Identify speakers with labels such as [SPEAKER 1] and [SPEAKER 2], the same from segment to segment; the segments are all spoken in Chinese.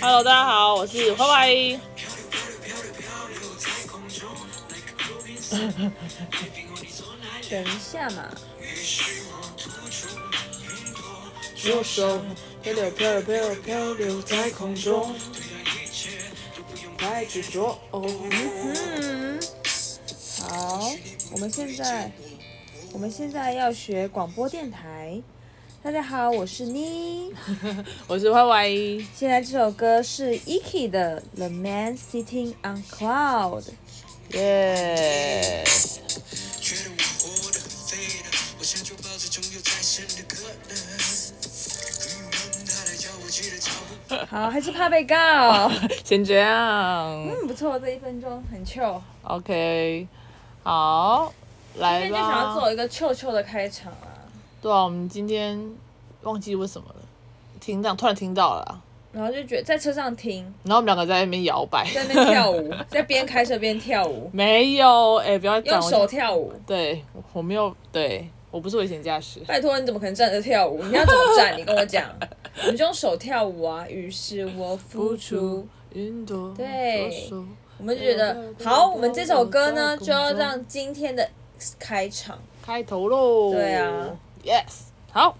[SPEAKER 1] Hello，大家好，我是歪歪。
[SPEAKER 2] 等一下嘛，
[SPEAKER 3] 左手漂流漂流漂流漂流在空中，太执着。
[SPEAKER 2] 嗯，好，我们现在我们现在要学广播电台。大家好，我是妮。
[SPEAKER 1] 我是歪歪。
[SPEAKER 2] 现在这首歌是 Eki 的《The Man Sitting on Cloud》。
[SPEAKER 1] 耶、
[SPEAKER 4] 确认我活得很废了，我像就抱着总有再生的可能。嗯，他来叫我记得脚步。
[SPEAKER 2] 好，还是怕被告。
[SPEAKER 1] 先这样
[SPEAKER 2] 嗯，不错，这一分钟很 chill。
[SPEAKER 1] ，OK，好，
[SPEAKER 2] 今
[SPEAKER 1] 来
[SPEAKER 2] 天就想
[SPEAKER 1] 吧。
[SPEAKER 2] 要做一个 chill chill 的开场啊，
[SPEAKER 1] 对啊，我们今天忘记为什么了，听到突然听到了啊，
[SPEAKER 2] 然后就觉得在车上听，
[SPEAKER 1] 然后我们两个在那边摇摆，
[SPEAKER 2] 在那边跳舞，在边开车边跳舞，
[SPEAKER 1] 没有，哎、不要讲
[SPEAKER 2] 用
[SPEAKER 1] 我
[SPEAKER 2] 手跳舞。
[SPEAKER 1] 对，我没有，对我不是危险驾驶。
[SPEAKER 2] 拜托，你怎么可能站着跳舞？你要怎么站？你跟我讲，你就用手跳舞啊。于是我付出，
[SPEAKER 1] 云朵，
[SPEAKER 2] 对啊
[SPEAKER 1] 左手
[SPEAKER 2] 我们就觉得好。我们这首歌呢，就要让今天的开场
[SPEAKER 1] 开头喽。
[SPEAKER 2] 对啊
[SPEAKER 1] ，Yes，好。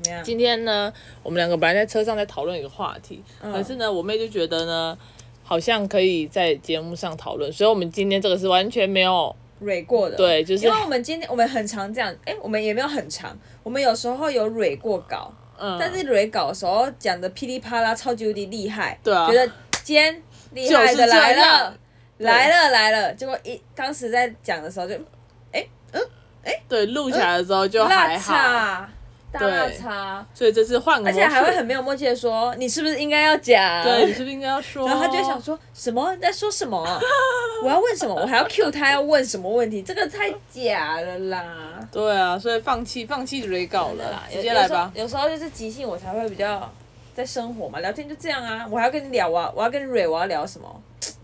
[SPEAKER 2] 怎么样？
[SPEAKER 1] 今天呢，我们两个本来在车上在讨论一个话题，
[SPEAKER 2] 嗯
[SPEAKER 1] 可是呢，我妹就觉得呢，好像可以在节目上讨论，所以我们今天这个是完全没有
[SPEAKER 2] 蕊过的，
[SPEAKER 1] 对就是
[SPEAKER 2] 因为我们今天我们很常这样，哎、我们也没有很常，我们有时候有蕊过稿，
[SPEAKER 1] 嗯，
[SPEAKER 2] 但是蕊稿的时候讲的噼里啪啦，超级无敌厉害，
[SPEAKER 1] 对啊
[SPEAKER 2] 觉得今天厉害的
[SPEAKER 1] 就是
[SPEAKER 2] 来
[SPEAKER 1] 这样
[SPEAKER 2] 了，来了来了，结果一当时在讲的时候就
[SPEAKER 1] 对录起来的时候就
[SPEAKER 2] 辣
[SPEAKER 1] 哦还好，
[SPEAKER 2] 叉，大
[SPEAKER 1] 对
[SPEAKER 2] 辣叉。
[SPEAKER 1] 所以这次换个
[SPEAKER 2] 而
[SPEAKER 1] 模式，
[SPEAKER 2] 且还会很没有默契的说：“你是不是应该要讲？”
[SPEAKER 1] 对，你是不是应该要说？
[SPEAKER 2] 然后他就会想说什么你在说什么， 我要问什么，我还要 cue 他要问什么问题，这个太假了啦。
[SPEAKER 1] 对啊，所以放弃放弃追稿了啦，直接来吧。
[SPEAKER 2] 有时候有时候就是即兴，我才会比较在生活嘛，聊天就这样啊。我还要跟你聊啊，我要跟你蕊，我要聊什么？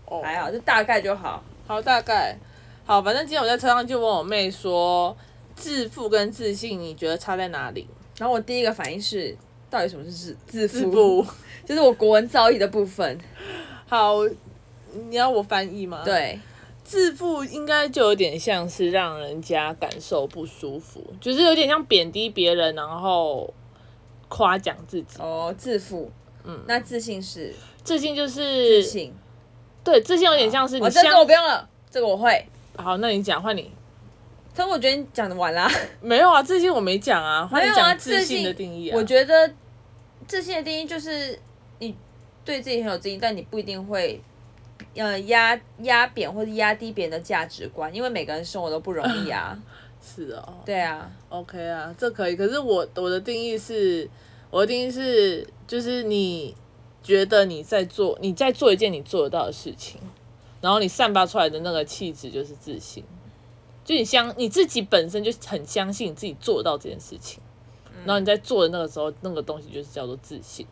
[SPEAKER 1] 哦
[SPEAKER 2] 还好，就大概就好。
[SPEAKER 1] 好，大概好，反正今天我在车上就问我妹说，自负跟自信你觉得差在哪里？
[SPEAKER 2] 然后我第一个反应是，到底什么是自自
[SPEAKER 1] 自
[SPEAKER 2] 负？
[SPEAKER 1] 负。
[SPEAKER 2] 就是我国文造诣的部分。
[SPEAKER 1] 好，你要我翻译吗？，
[SPEAKER 2] 对，
[SPEAKER 1] 自负应该就有点像是让人家感受不舒服，就是有点像贬低别人，然后夸奖自己。
[SPEAKER 2] 哦，自负。嗯，那自信是
[SPEAKER 1] 自信就是
[SPEAKER 2] 自信。
[SPEAKER 1] 对，自信有点像是你
[SPEAKER 2] 哦，这
[SPEAKER 1] 相
[SPEAKER 2] 个我不用了，这个我会。
[SPEAKER 1] 好，那你讲换你。
[SPEAKER 2] 但我觉得你讲的完啦，
[SPEAKER 1] 没有啊，自信我没讲啊，换
[SPEAKER 2] 没
[SPEAKER 1] 你
[SPEAKER 2] 有啊，
[SPEAKER 1] 讲
[SPEAKER 2] 自
[SPEAKER 1] 信的定义啊。
[SPEAKER 2] 我觉得自信的定义就是你对自己很有自信，但你不一定会呃压压扁或者压低别人的价值观，因为每个人生活都不容 易啊。
[SPEAKER 1] 是哦。
[SPEAKER 2] 对啊，
[SPEAKER 1] OK 啊，这可以。可是我我的定义是，我的定义是，就是你觉得你在做你在做一件你做得到的事情，然后你散发出来的那个气质就是自信，就你相你自己本身就很相信你自己做得到这件事情，
[SPEAKER 2] 嗯
[SPEAKER 1] 然后你在做的那个时候，那个东西就是叫做自信。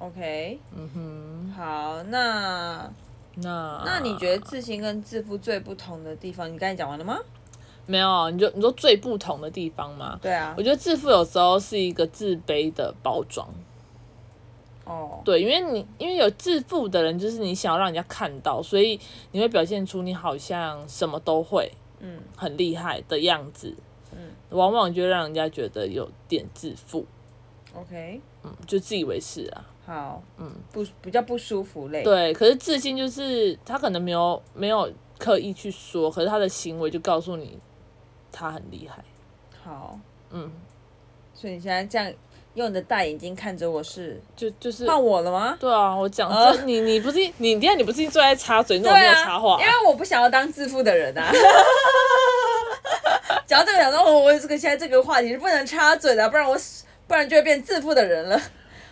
[SPEAKER 2] OK，
[SPEAKER 1] 嗯哼，
[SPEAKER 2] 好，那
[SPEAKER 1] 那
[SPEAKER 2] 那你觉得自信跟自负最不同的地方，你刚才讲完了吗？
[SPEAKER 1] 没有？啊你就你说最不同的地方吗？
[SPEAKER 2] 对啊
[SPEAKER 1] 我，觉得自负有时候是一个自卑的包装。
[SPEAKER 2] 哦，
[SPEAKER 1] 对，因为你因为有自负的人，就是你想要让人家看到，所以你会表现出你好像什么都会，
[SPEAKER 2] 嗯，
[SPEAKER 1] 很厉害的样子。
[SPEAKER 2] 嗯，
[SPEAKER 1] 往往就让人家觉得有点自负，
[SPEAKER 2] ，OK，
[SPEAKER 1] 嗯，就自以为是啊。
[SPEAKER 2] 好，
[SPEAKER 1] 嗯，
[SPEAKER 2] 不比较不舒服类，
[SPEAKER 1] 对，可是自信就是他可能没有没有刻意去说，可是他的行为就告诉你他很厉害。
[SPEAKER 2] 好，
[SPEAKER 1] 嗯，
[SPEAKER 2] 所以你现在这样用你的大眼睛看着我是
[SPEAKER 1] 就就是。
[SPEAKER 2] 换我了吗？
[SPEAKER 1] 对啊，我讲、
[SPEAKER 2] 呃啊
[SPEAKER 1] 这你你不是你，你看你不是最爱插嘴，你怎么没有插话、
[SPEAKER 2] 因为我不想要当自负的人 啊。讲到这个，讲到我我这个现在这个话题是不能插嘴的，不然我不然就会变自负的人了。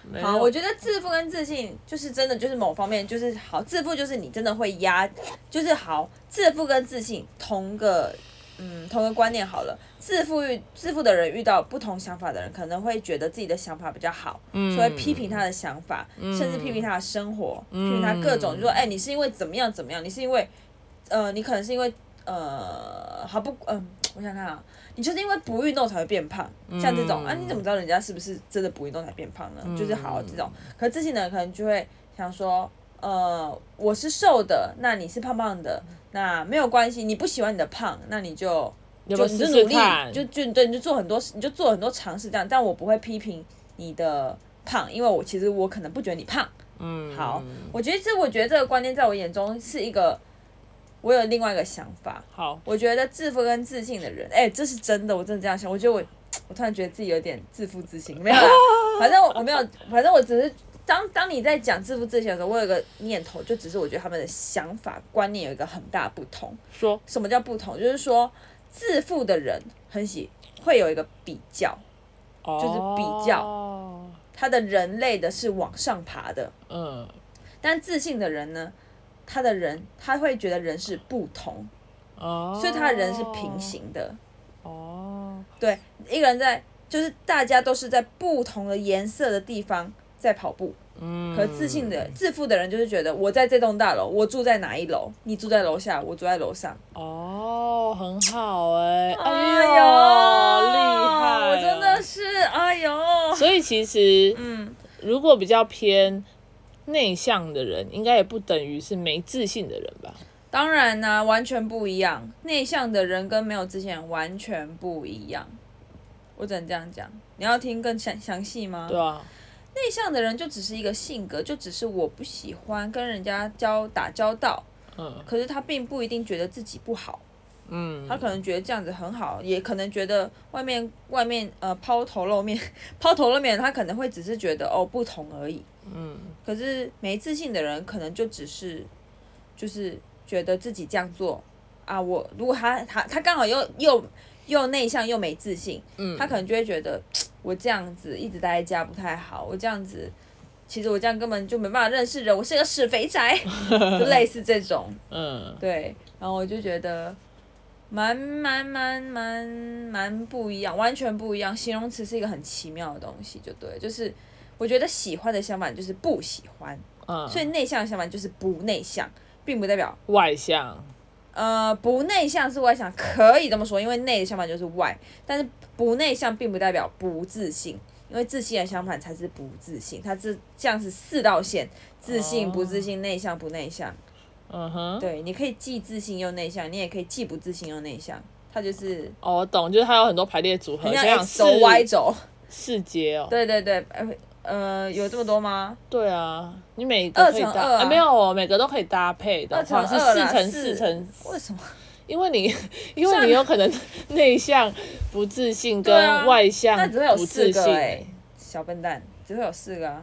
[SPEAKER 1] 没
[SPEAKER 2] 好，
[SPEAKER 1] 有
[SPEAKER 2] 我觉得自负跟自信就是真的就是某方面就是好，自负就是你真的会压，就是好，自负跟自信同个。嗯，同个观念好了。自负遇自负的人遇到不同想法的人，可能会觉得自己的想法比较好，
[SPEAKER 1] 嗯
[SPEAKER 2] 所以会批评他的想法，甚至批评他的生活，批
[SPEAKER 1] 嗯
[SPEAKER 2] 评他各种，就说哎、你是因为怎么样怎么样，你是因为，呃，你可能是因为呃，好不，嗯、我想看啊，你就是因为不运动才会变胖，像
[SPEAKER 1] 嗯
[SPEAKER 2] 这种啊，你怎么知道人家是不是真的不运动才变胖呢？就是好这种，可自信的人可能就会想说，呃，我是瘦的，那你是胖胖的，那没有关系，你不喜欢你的胖，那你就
[SPEAKER 1] 要不要
[SPEAKER 2] 就你就
[SPEAKER 1] 试
[SPEAKER 2] 努
[SPEAKER 1] 试
[SPEAKER 2] 力，
[SPEAKER 1] 看？
[SPEAKER 2] 就就对，你就做很多，你就做很多尝试这样，但我不会批评你的胖，因为我其实我可能不觉得你胖。
[SPEAKER 1] 嗯，
[SPEAKER 2] 好，我觉得这我觉得这个观念在我眼中是一个，我有另外一个想法，
[SPEAKER 1] 好，
[SPEAKER 2] 我觉得自负跟自信的人，哎、这是真的，我真的这样想。我觉得我，我突然觉得自己有点自负自信，没有啦，反正我我没有，反正我只是当当你在讲自负自信的时候，我有一个念头，就只是我觉得他们的想法观念有一个很大不同。
[SPEAKER 1] 说
[SPEAKER 2] 什么叫不同？就是说自负的人很喜会有一个比较，
[SPEAKER 1] 就是
[SPEAKER 2] 比较他的人类的是往上爬的，
[SPEAKER 1] 嗯，
[SPEAKER 2] 但自信的人呢，他的人他会觉得人是不同，
[SPEAKER 1] 哦，
[SPEAKER 2] 所以他的人是平行的。
[SPEAKER 1] 哦，
[SPEAKER 2] 对，一个人在就是大家都是在不同的颜色的地方在跑步，
[SPEAKER 1] 嗯，
[SPEAKER 2] 可自信的、自负的人就是觉得我在这栋大楼，我住在哪一楼，你住在楼下，我住在楼上。
[SPEAKER 1] 哦，很好哎，
[SPEAKER 2] 呦，
[SPEAKER 1] 呦，厉害，
[SPEAKER 2] 我真的。是哎呦，
[SPEAKER 1] 所以其实
[SPEAKER 2] 嗯，
[SPEAKER 1] 如果比较偏内向的人，应该也不等于是没自信的人吧？
[SPEAKER 2] 当然呢、完全不一样，内向的人跟没有自信的人完全不一样。我只能这样讲，你要听更详详细吗？
[SPEAKER 1] 对啊，
[SPEAKER 2] 内向的人就只是一个性格，就只是我不喜欢跟人家交打交道，
[SPEAKER 1] 嗯
[SPEAKER 2] 可是他并不一定觉得自己不好，
[SPEAKER 1] 嗯，
[SPEAKER 2] 他可能觉得这样子很好，也可能觉得外面外面呃抛头露面， 抛头露面，他可能会只是觉得哦不同而已。
[SPEAKER 1] 嗯
[SPEAKER 2] 可是没自信的人，可能就只是就是觉得自己这样做啊，我如果他他他刚好又又又内向又没自信，
[SPEAKER 1] 嗯，
[SPEAKER 2] 他可能就会觉得我这样子一直待在家不太好，我这样子，其实我这样根本就没办法认识人，我是个死肥 宅，就类似这种，
[SPEAKER 1] 嗯
[SPEAKER 2] 对，然后我就觉得蛮蛮蛮蛮蛮不一样，完全不一样。形容词是一个很奇妙的东西，就对，就是我觉得喜欢的相反就是不喜欢，
[SPEAKER 1] 嗯，
[SPEAKER 2] 所以内向的相反就是不内向，并不代表
[SPEAKER 1] 外向，
[SPEAKER 2] 呃，不内向是外向，可以这么说，因为内的相反就是外，但是不内向并不代表不自信，因为自信的相反才是不自信，它这这样是四道线，自
[SPEAKER 1] 哦
[SPEAKER 2] 信、不自信、内向、不内向。
[SPEAKER 1] 嗯 哼，
[SPEAKER 2] 对，你可以既自信又内向，你也可以既不自信又内向，它就是哎
[SPEAKER 1] 哦，我懂，就是它有很多排列组合，
[SPEAKER 2] 很像
[SPEAKER 1] 像
[SPEAKER 2] X 轴 Y 轴。
[SPEAKER 1] 四节哦，
[SPEAKER 2] 对对对，呃呃，有这么多吗？
[SPEAKER 1] 对啊，你每个可以
[SPEAKER 2] 二乘
[SPEAKER 1] 搭，
[SPEAKER 2] 二啊
[SPEAKER 1] 哎没有哦，每个都可以搭配的
[SPEAKER 2] 二乘
[SPEAKER 1] 话
[SPEAKER 2] 二
[SPEAKER 1] 是四
[SPEAKER 2] 啦
[SPEAKER 1] 乘
[SPEAKER 2] 四
[SPEAKER 1] 四乘，
[SPEAKER 2] 为什么？
[SPEAKER 1] 因为 你因为
[SPEAKER 2] 像
[SPEAKER 1] 你有可能内向、不自信
[SPEAKER 2] 对啊
[SPEAKER 1] 跟外向
[SPEAKER 2] 那只会有
[SPEAKER 1] 不
[SPEAKER 2] 四
[SPEAKER 1] 自
[SPEAKER 2] 个
[SPEAKER 1] 信
[SPEAKER 2] 哎、
[SPEAKER 1] 欸，
[SPEAKER 2] 小笨蛋，只会有四个啊，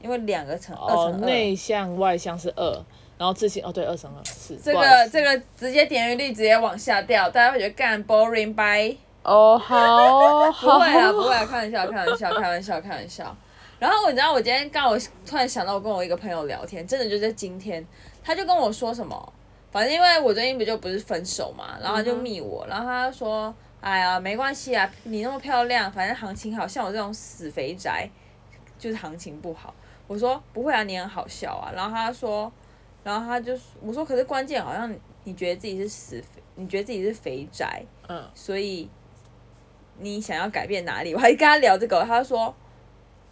[SPEAKER 2] 因为两个乘二
[SPEAKER 1] 哦，
[SPEAKER 2] 乘二。
[SPEAKER 1] 内向外向是二，然后自信哦对，二乘二是
[SPEAKER 2] 这个这个直接点阅率直接往下掉，大家会觉得干 boring 拜。
[SPEAKER 1] 哦好哦
[SPEAKER 2] 不
[SPEAKER 1] 好
[SPEAKER 2] 会啊，不会啊，开玩笑，开玩笑，开玩笑，开玩笑。然后你知道，我今天刚好突然想到，我跟我一个朋友聊天，真的就在今天，他就跟我说什么，反正因为我最近不就不是分手嘛，然后
[SPEAKER 1] 嗯
[SPEAKER 2] 他就密我，然后他就说，哎呀，没关系啊，你那么漂亮，反正行情好，像我这种死肥宅，就是行情不好。我说不会啊，你很好笑啊。然后他说，然后他就我说，可是关键好像你觉得自己是死肥，你觉得自己是肥宅，
[SPEAKER 1] 嗯
[SPEAKER 2] 所以你想要改变哪里？我还跟他聊这个，他就说，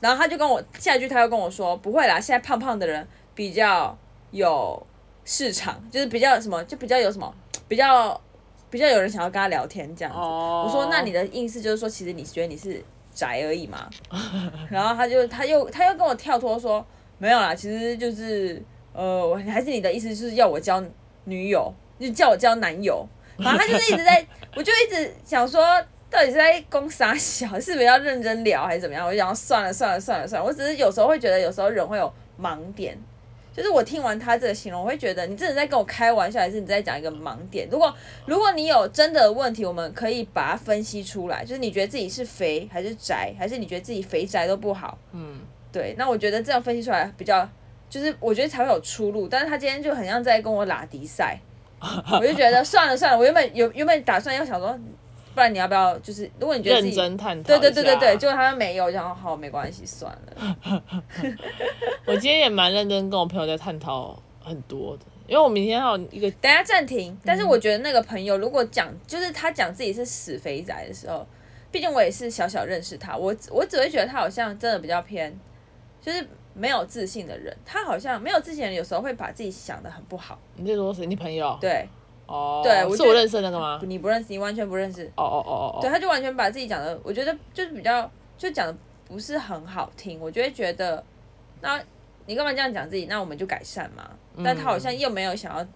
[SPEAKER 2] 然后他就跟我下一句，他又跟我说，不会啦，现在胖胖的人比较有市场，就是比较什么，就比较有什么，比较比较有人想要跟他聊天这样子。
[SPEAKER 1] 哦，
[SPEAKER 2] 我说那你的意思就是说，其实你觉得你是宅而已嘛？ 然后他就他又他又跟我跳脱说，没有啦，其实就是呃，我还是你的意思就是要我交女友，就叫我交男友。反正他就是一直在，我就一直想说，到底是在攻啥小，是不是要认真聊还是怎么样？我就想说算了算了算了算了，我只是有时候会觉得，有时候人会有盲点。就是我听完他这个形容，我会觉得你真的在跟我开玩笑，还是你在讲一个盲点？如果如果你有真的问题，我们可以把它分析出来。就是你觉得自己是肥还是宅，还是你觉得自己肥宅都不好？
[SPEAKER 1] 嗯
[SPEAKER 2] 对，那我觉得这样分析出来比较，就是我觉得才会有出路。但是他今天就很像在跟我拉 迪赛，我就觉得算了算了，我原本有原本打算要想说，不然你要不要就是，如果你觉得自
[SPEAKER 1] 认
[SPEAKER 2] 己
[SPEAKER 1] 真探讨，
[SPEAKER 2] 对对对对对，结果他没有，然后好没关系，算了。
[SPEAKER 1] 我今天也蛮认真跟我朋友在探讨很多的，因为我明天还有一个
[SPEAKER 2] 等一下暂停。但是我觉得那个朋友如果讲，就是他讲自己是死肥宅的时候，毕竟我也是小小认识他，我我只会觉得他好像真的比较偏，就是没有自信的人，他好像没有自信的人，有时候会把自己想的很不好。
[SPEAKER 1] 你在说谁？你朋友？，
[SPEAKER 2] 对，
[SPEAKER 1] 哦，
[SPEAKER 2] 对我
[SPEAKER 1] 是
[SPEAKER 2] 觉得
[SPEAKER 1] 我认识的那个吗？
[SPEAKER 2] 你不认识，你完全不认识。
[SPEAKER 1] 哦哦哦哦
[SPEAKER 2] 对，
[SPEAKER 1] 哦，
[SPEAKER 2] 他就完全把自己讲的，我觉得就是比较就讲的不是很好听，我就会觉得，那你干嘛这样讲自己？那我们就改善嘛。
[SPEAKER 1] 嗯
[SPEAKER 2] 但他好像又没有想要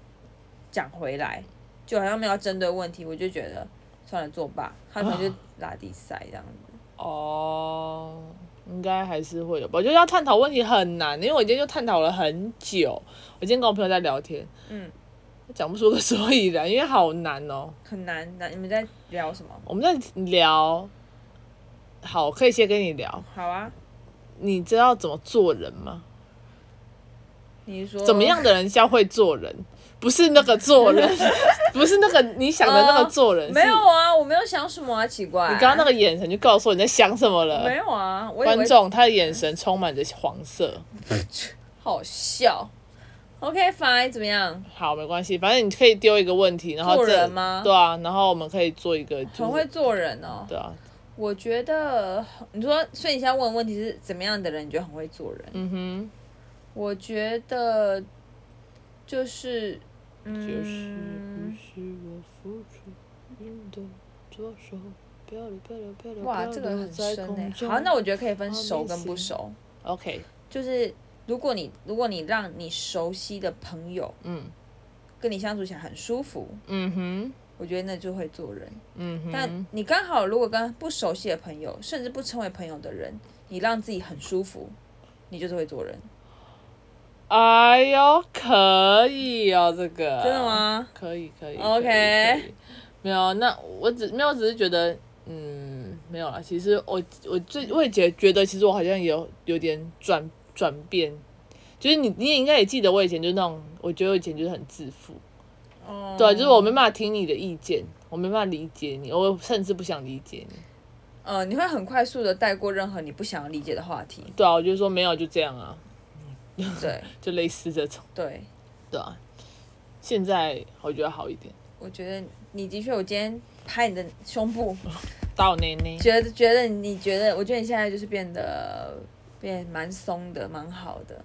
[SPEAKER 2] 讲回来，就好像没有要针对问题，我就觉得算了作罢，他可能就拉低塞这样子。
[SPEAKER 1] 哦，应该还是会有吧。我觉得要探讨问题很难，因为我今天就探讨了很久。我今天跟我朋友在聊天，
[SPEAKER 2] 嗯，
[SPEAKER 1] 讲不出个所以然，因为好难哦。
[SPEAKER 2] 很难难。你们在聊什么？
[SPEAKER 1] 我们在聊，好，可以先跟你聊。
[SPEAKER 2] 好啊，
[SPEAKER 1] 你知道怎么做人吗？
[SPEAKER 2] 你是说
[SPEAKER 1] 怎么样？的人叫会做人？不是那个做 人，不是那个你想的那个做人。
[SPEAKER 2] 没有
[SPEAKER 1] 是
[SPEAKER 2] 啊，我没有想什么啊，奇怪。
[SPEAKER 1] 你刚刚那个眼神就告诉我你在想什么了
[SPEAKER 2] 没。有啊，我以为
[SPEAKER 1] 观众他的眼神充满着黄色。
[SPEAKER 2] 好笑。OK fine，怎么样？
[SPEAKER 1] 好，没关系，反正你可以丢一个问题，然后
[SPEAKER 2] 做
[SPEAKER 1] 这
[SPEAKER 2] 人吗
[SPEAKER 1] 对啊，然后我们可以做一个、就是，
[SPEAKER 2] 很会做人哦。
[SPEAKER 1] 对啊，
[SPEAKER 2] 我觉得你说，所以你现在问的问题是怎么样的人，你觉得很会做人？
[SPEAKER 1] 嗯哼，
[SPEAKER 2] 我觉得就是，
[SPEAKER 3] 就是不
[SPEAKER 2] 嗯，
[SPEAKER 3] 是我付出你的左手，漂流漂流漂流。
[SPEAKER 2] 哇，这个很深诶。好，那我觉得可以分熟跟不熟。
[SPEAKER 1] ，OK，
[SPEAKER 2] 就是如果你如果你让你熟悉的朋友
[SPEAKER 1] 嗯
[SPEAKER 2] 跟你相处起来很舒服，
[SPEAKER 1] 嗯哼，
[SPEAKER 2] 我觉得那就会做人。
[SPEAKER 1] 嗯哼，
[SPEAKER 2] 但你刚好如果跟不熟悉的朋友，甚至不成为朋友的人，你让自己很舒服，你就是会做人。
[SPEAKER 1] 哎呦，可以哦，这个
[SPEAKER 2] 真的？吗？
[SPEAKER 1] 可以可以
[SPEAKER 2] OK
[SPEAKER 1] 可以可以没有，啊那我只没有，啊只是觉得，嗯，没有啦。其实我我最我也觉觉得，其实我好像有有点转转变，就是你你也应该也记得，我以前就是那种，我觉得我以前就是很自负，
[SPEAKER 2] 哦
[SPEAKER 1] 对，啊就是我没办法听你的意见，我没办法理解你，我甚至不想理解你。
[SPEAKER 2] 呃，你会很快速的带过任何你不想要理解的话 题。
[SPEAKER 1] 对啊，我就说没有，就这样啊，
[SPEAKER 2] 对
[SPEAKER 1] 就类似这种。
[SPEAKER 2] 对，
[SPEAKER 1] 对啊，现在我觉得好一点，
[SPEAKER 2] 我觉得你的确，我今天拍你的胸部，
[SPEAKER 1] 到内内。
[SPEAKER 2] 觉得觉得你觉得，我觉得你现在就是变得变蛮松的，蛮好的。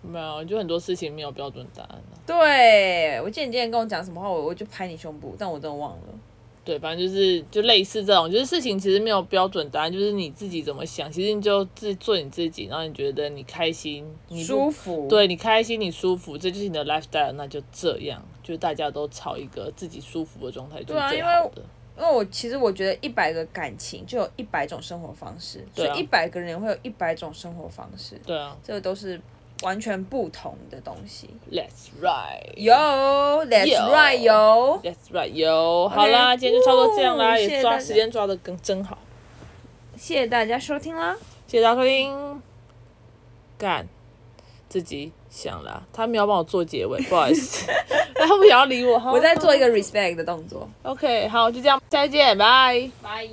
[SPEAKER 1] 没有，就很多事情没有标准答案、啊、
[SPEAKER 2] 对，我记得你今天跟我讲什么话，我我就拍你胸部，但我真的忘了。
[SPEAKER 1] 对，反正就是就类似这种，就是事情其实没有标准答案，就是你自己怎么想，其实你就自做你自己，然后你觉得你开心，你
[SPEAKER 2] 舒
[SPEAKER 1] 不。
[SPEAKER 2] 服，，
[SPEAKER 1] 对你开心，你舒服，这就是你的 lifestyle，那就这样，就是大家都朝一个自己舒服的状态，就是
[SPEAKER 2] 对啊
[SPEAKER 1] 最
[SPEAKER 2] 因为
[SPEAKER 1] 好的。
[SPEAKER 2] 因为我其实我觉得一百个感情就有一百种生活方式，
[SPEAKER 1] 对啊
[SPEAKER 2] 所以一百个人会有一百种生活方式，
[SPEAKER 1] 对啊
[SPEAKER 2] 这个都是完全不同的东西。
[SPEAKER 1] ，Let's ride。
[SPEAKER 2] 有，That's
[SPEAKER 1] Yo
[SPEAKER 2] right，有。
[SPEAKER 1] That's right，有好啦，今天就差不多这样啦，
[SPEAKER 2] 哦谢
[SPEAKER 1] 也
[SPEAKER 2] 谢
[SPEAKER 1] 抓
[SPEAKER 2] 大家
[SPEAKER 1] 时间抓的更真好，
[SPEAKER 2] 谢谢大家收听啦，
[SPEAKER 1] 谢谢大家收听。干，自己想啦，他没有帮我做结尾，不好意思， 他不想要理我哈。
[SPEAKER 2] 我在做一个 respect 的动作。
[SPEAKER 1] OK，好，就这样，再见，拜。
[SPEAKER 2] 拜。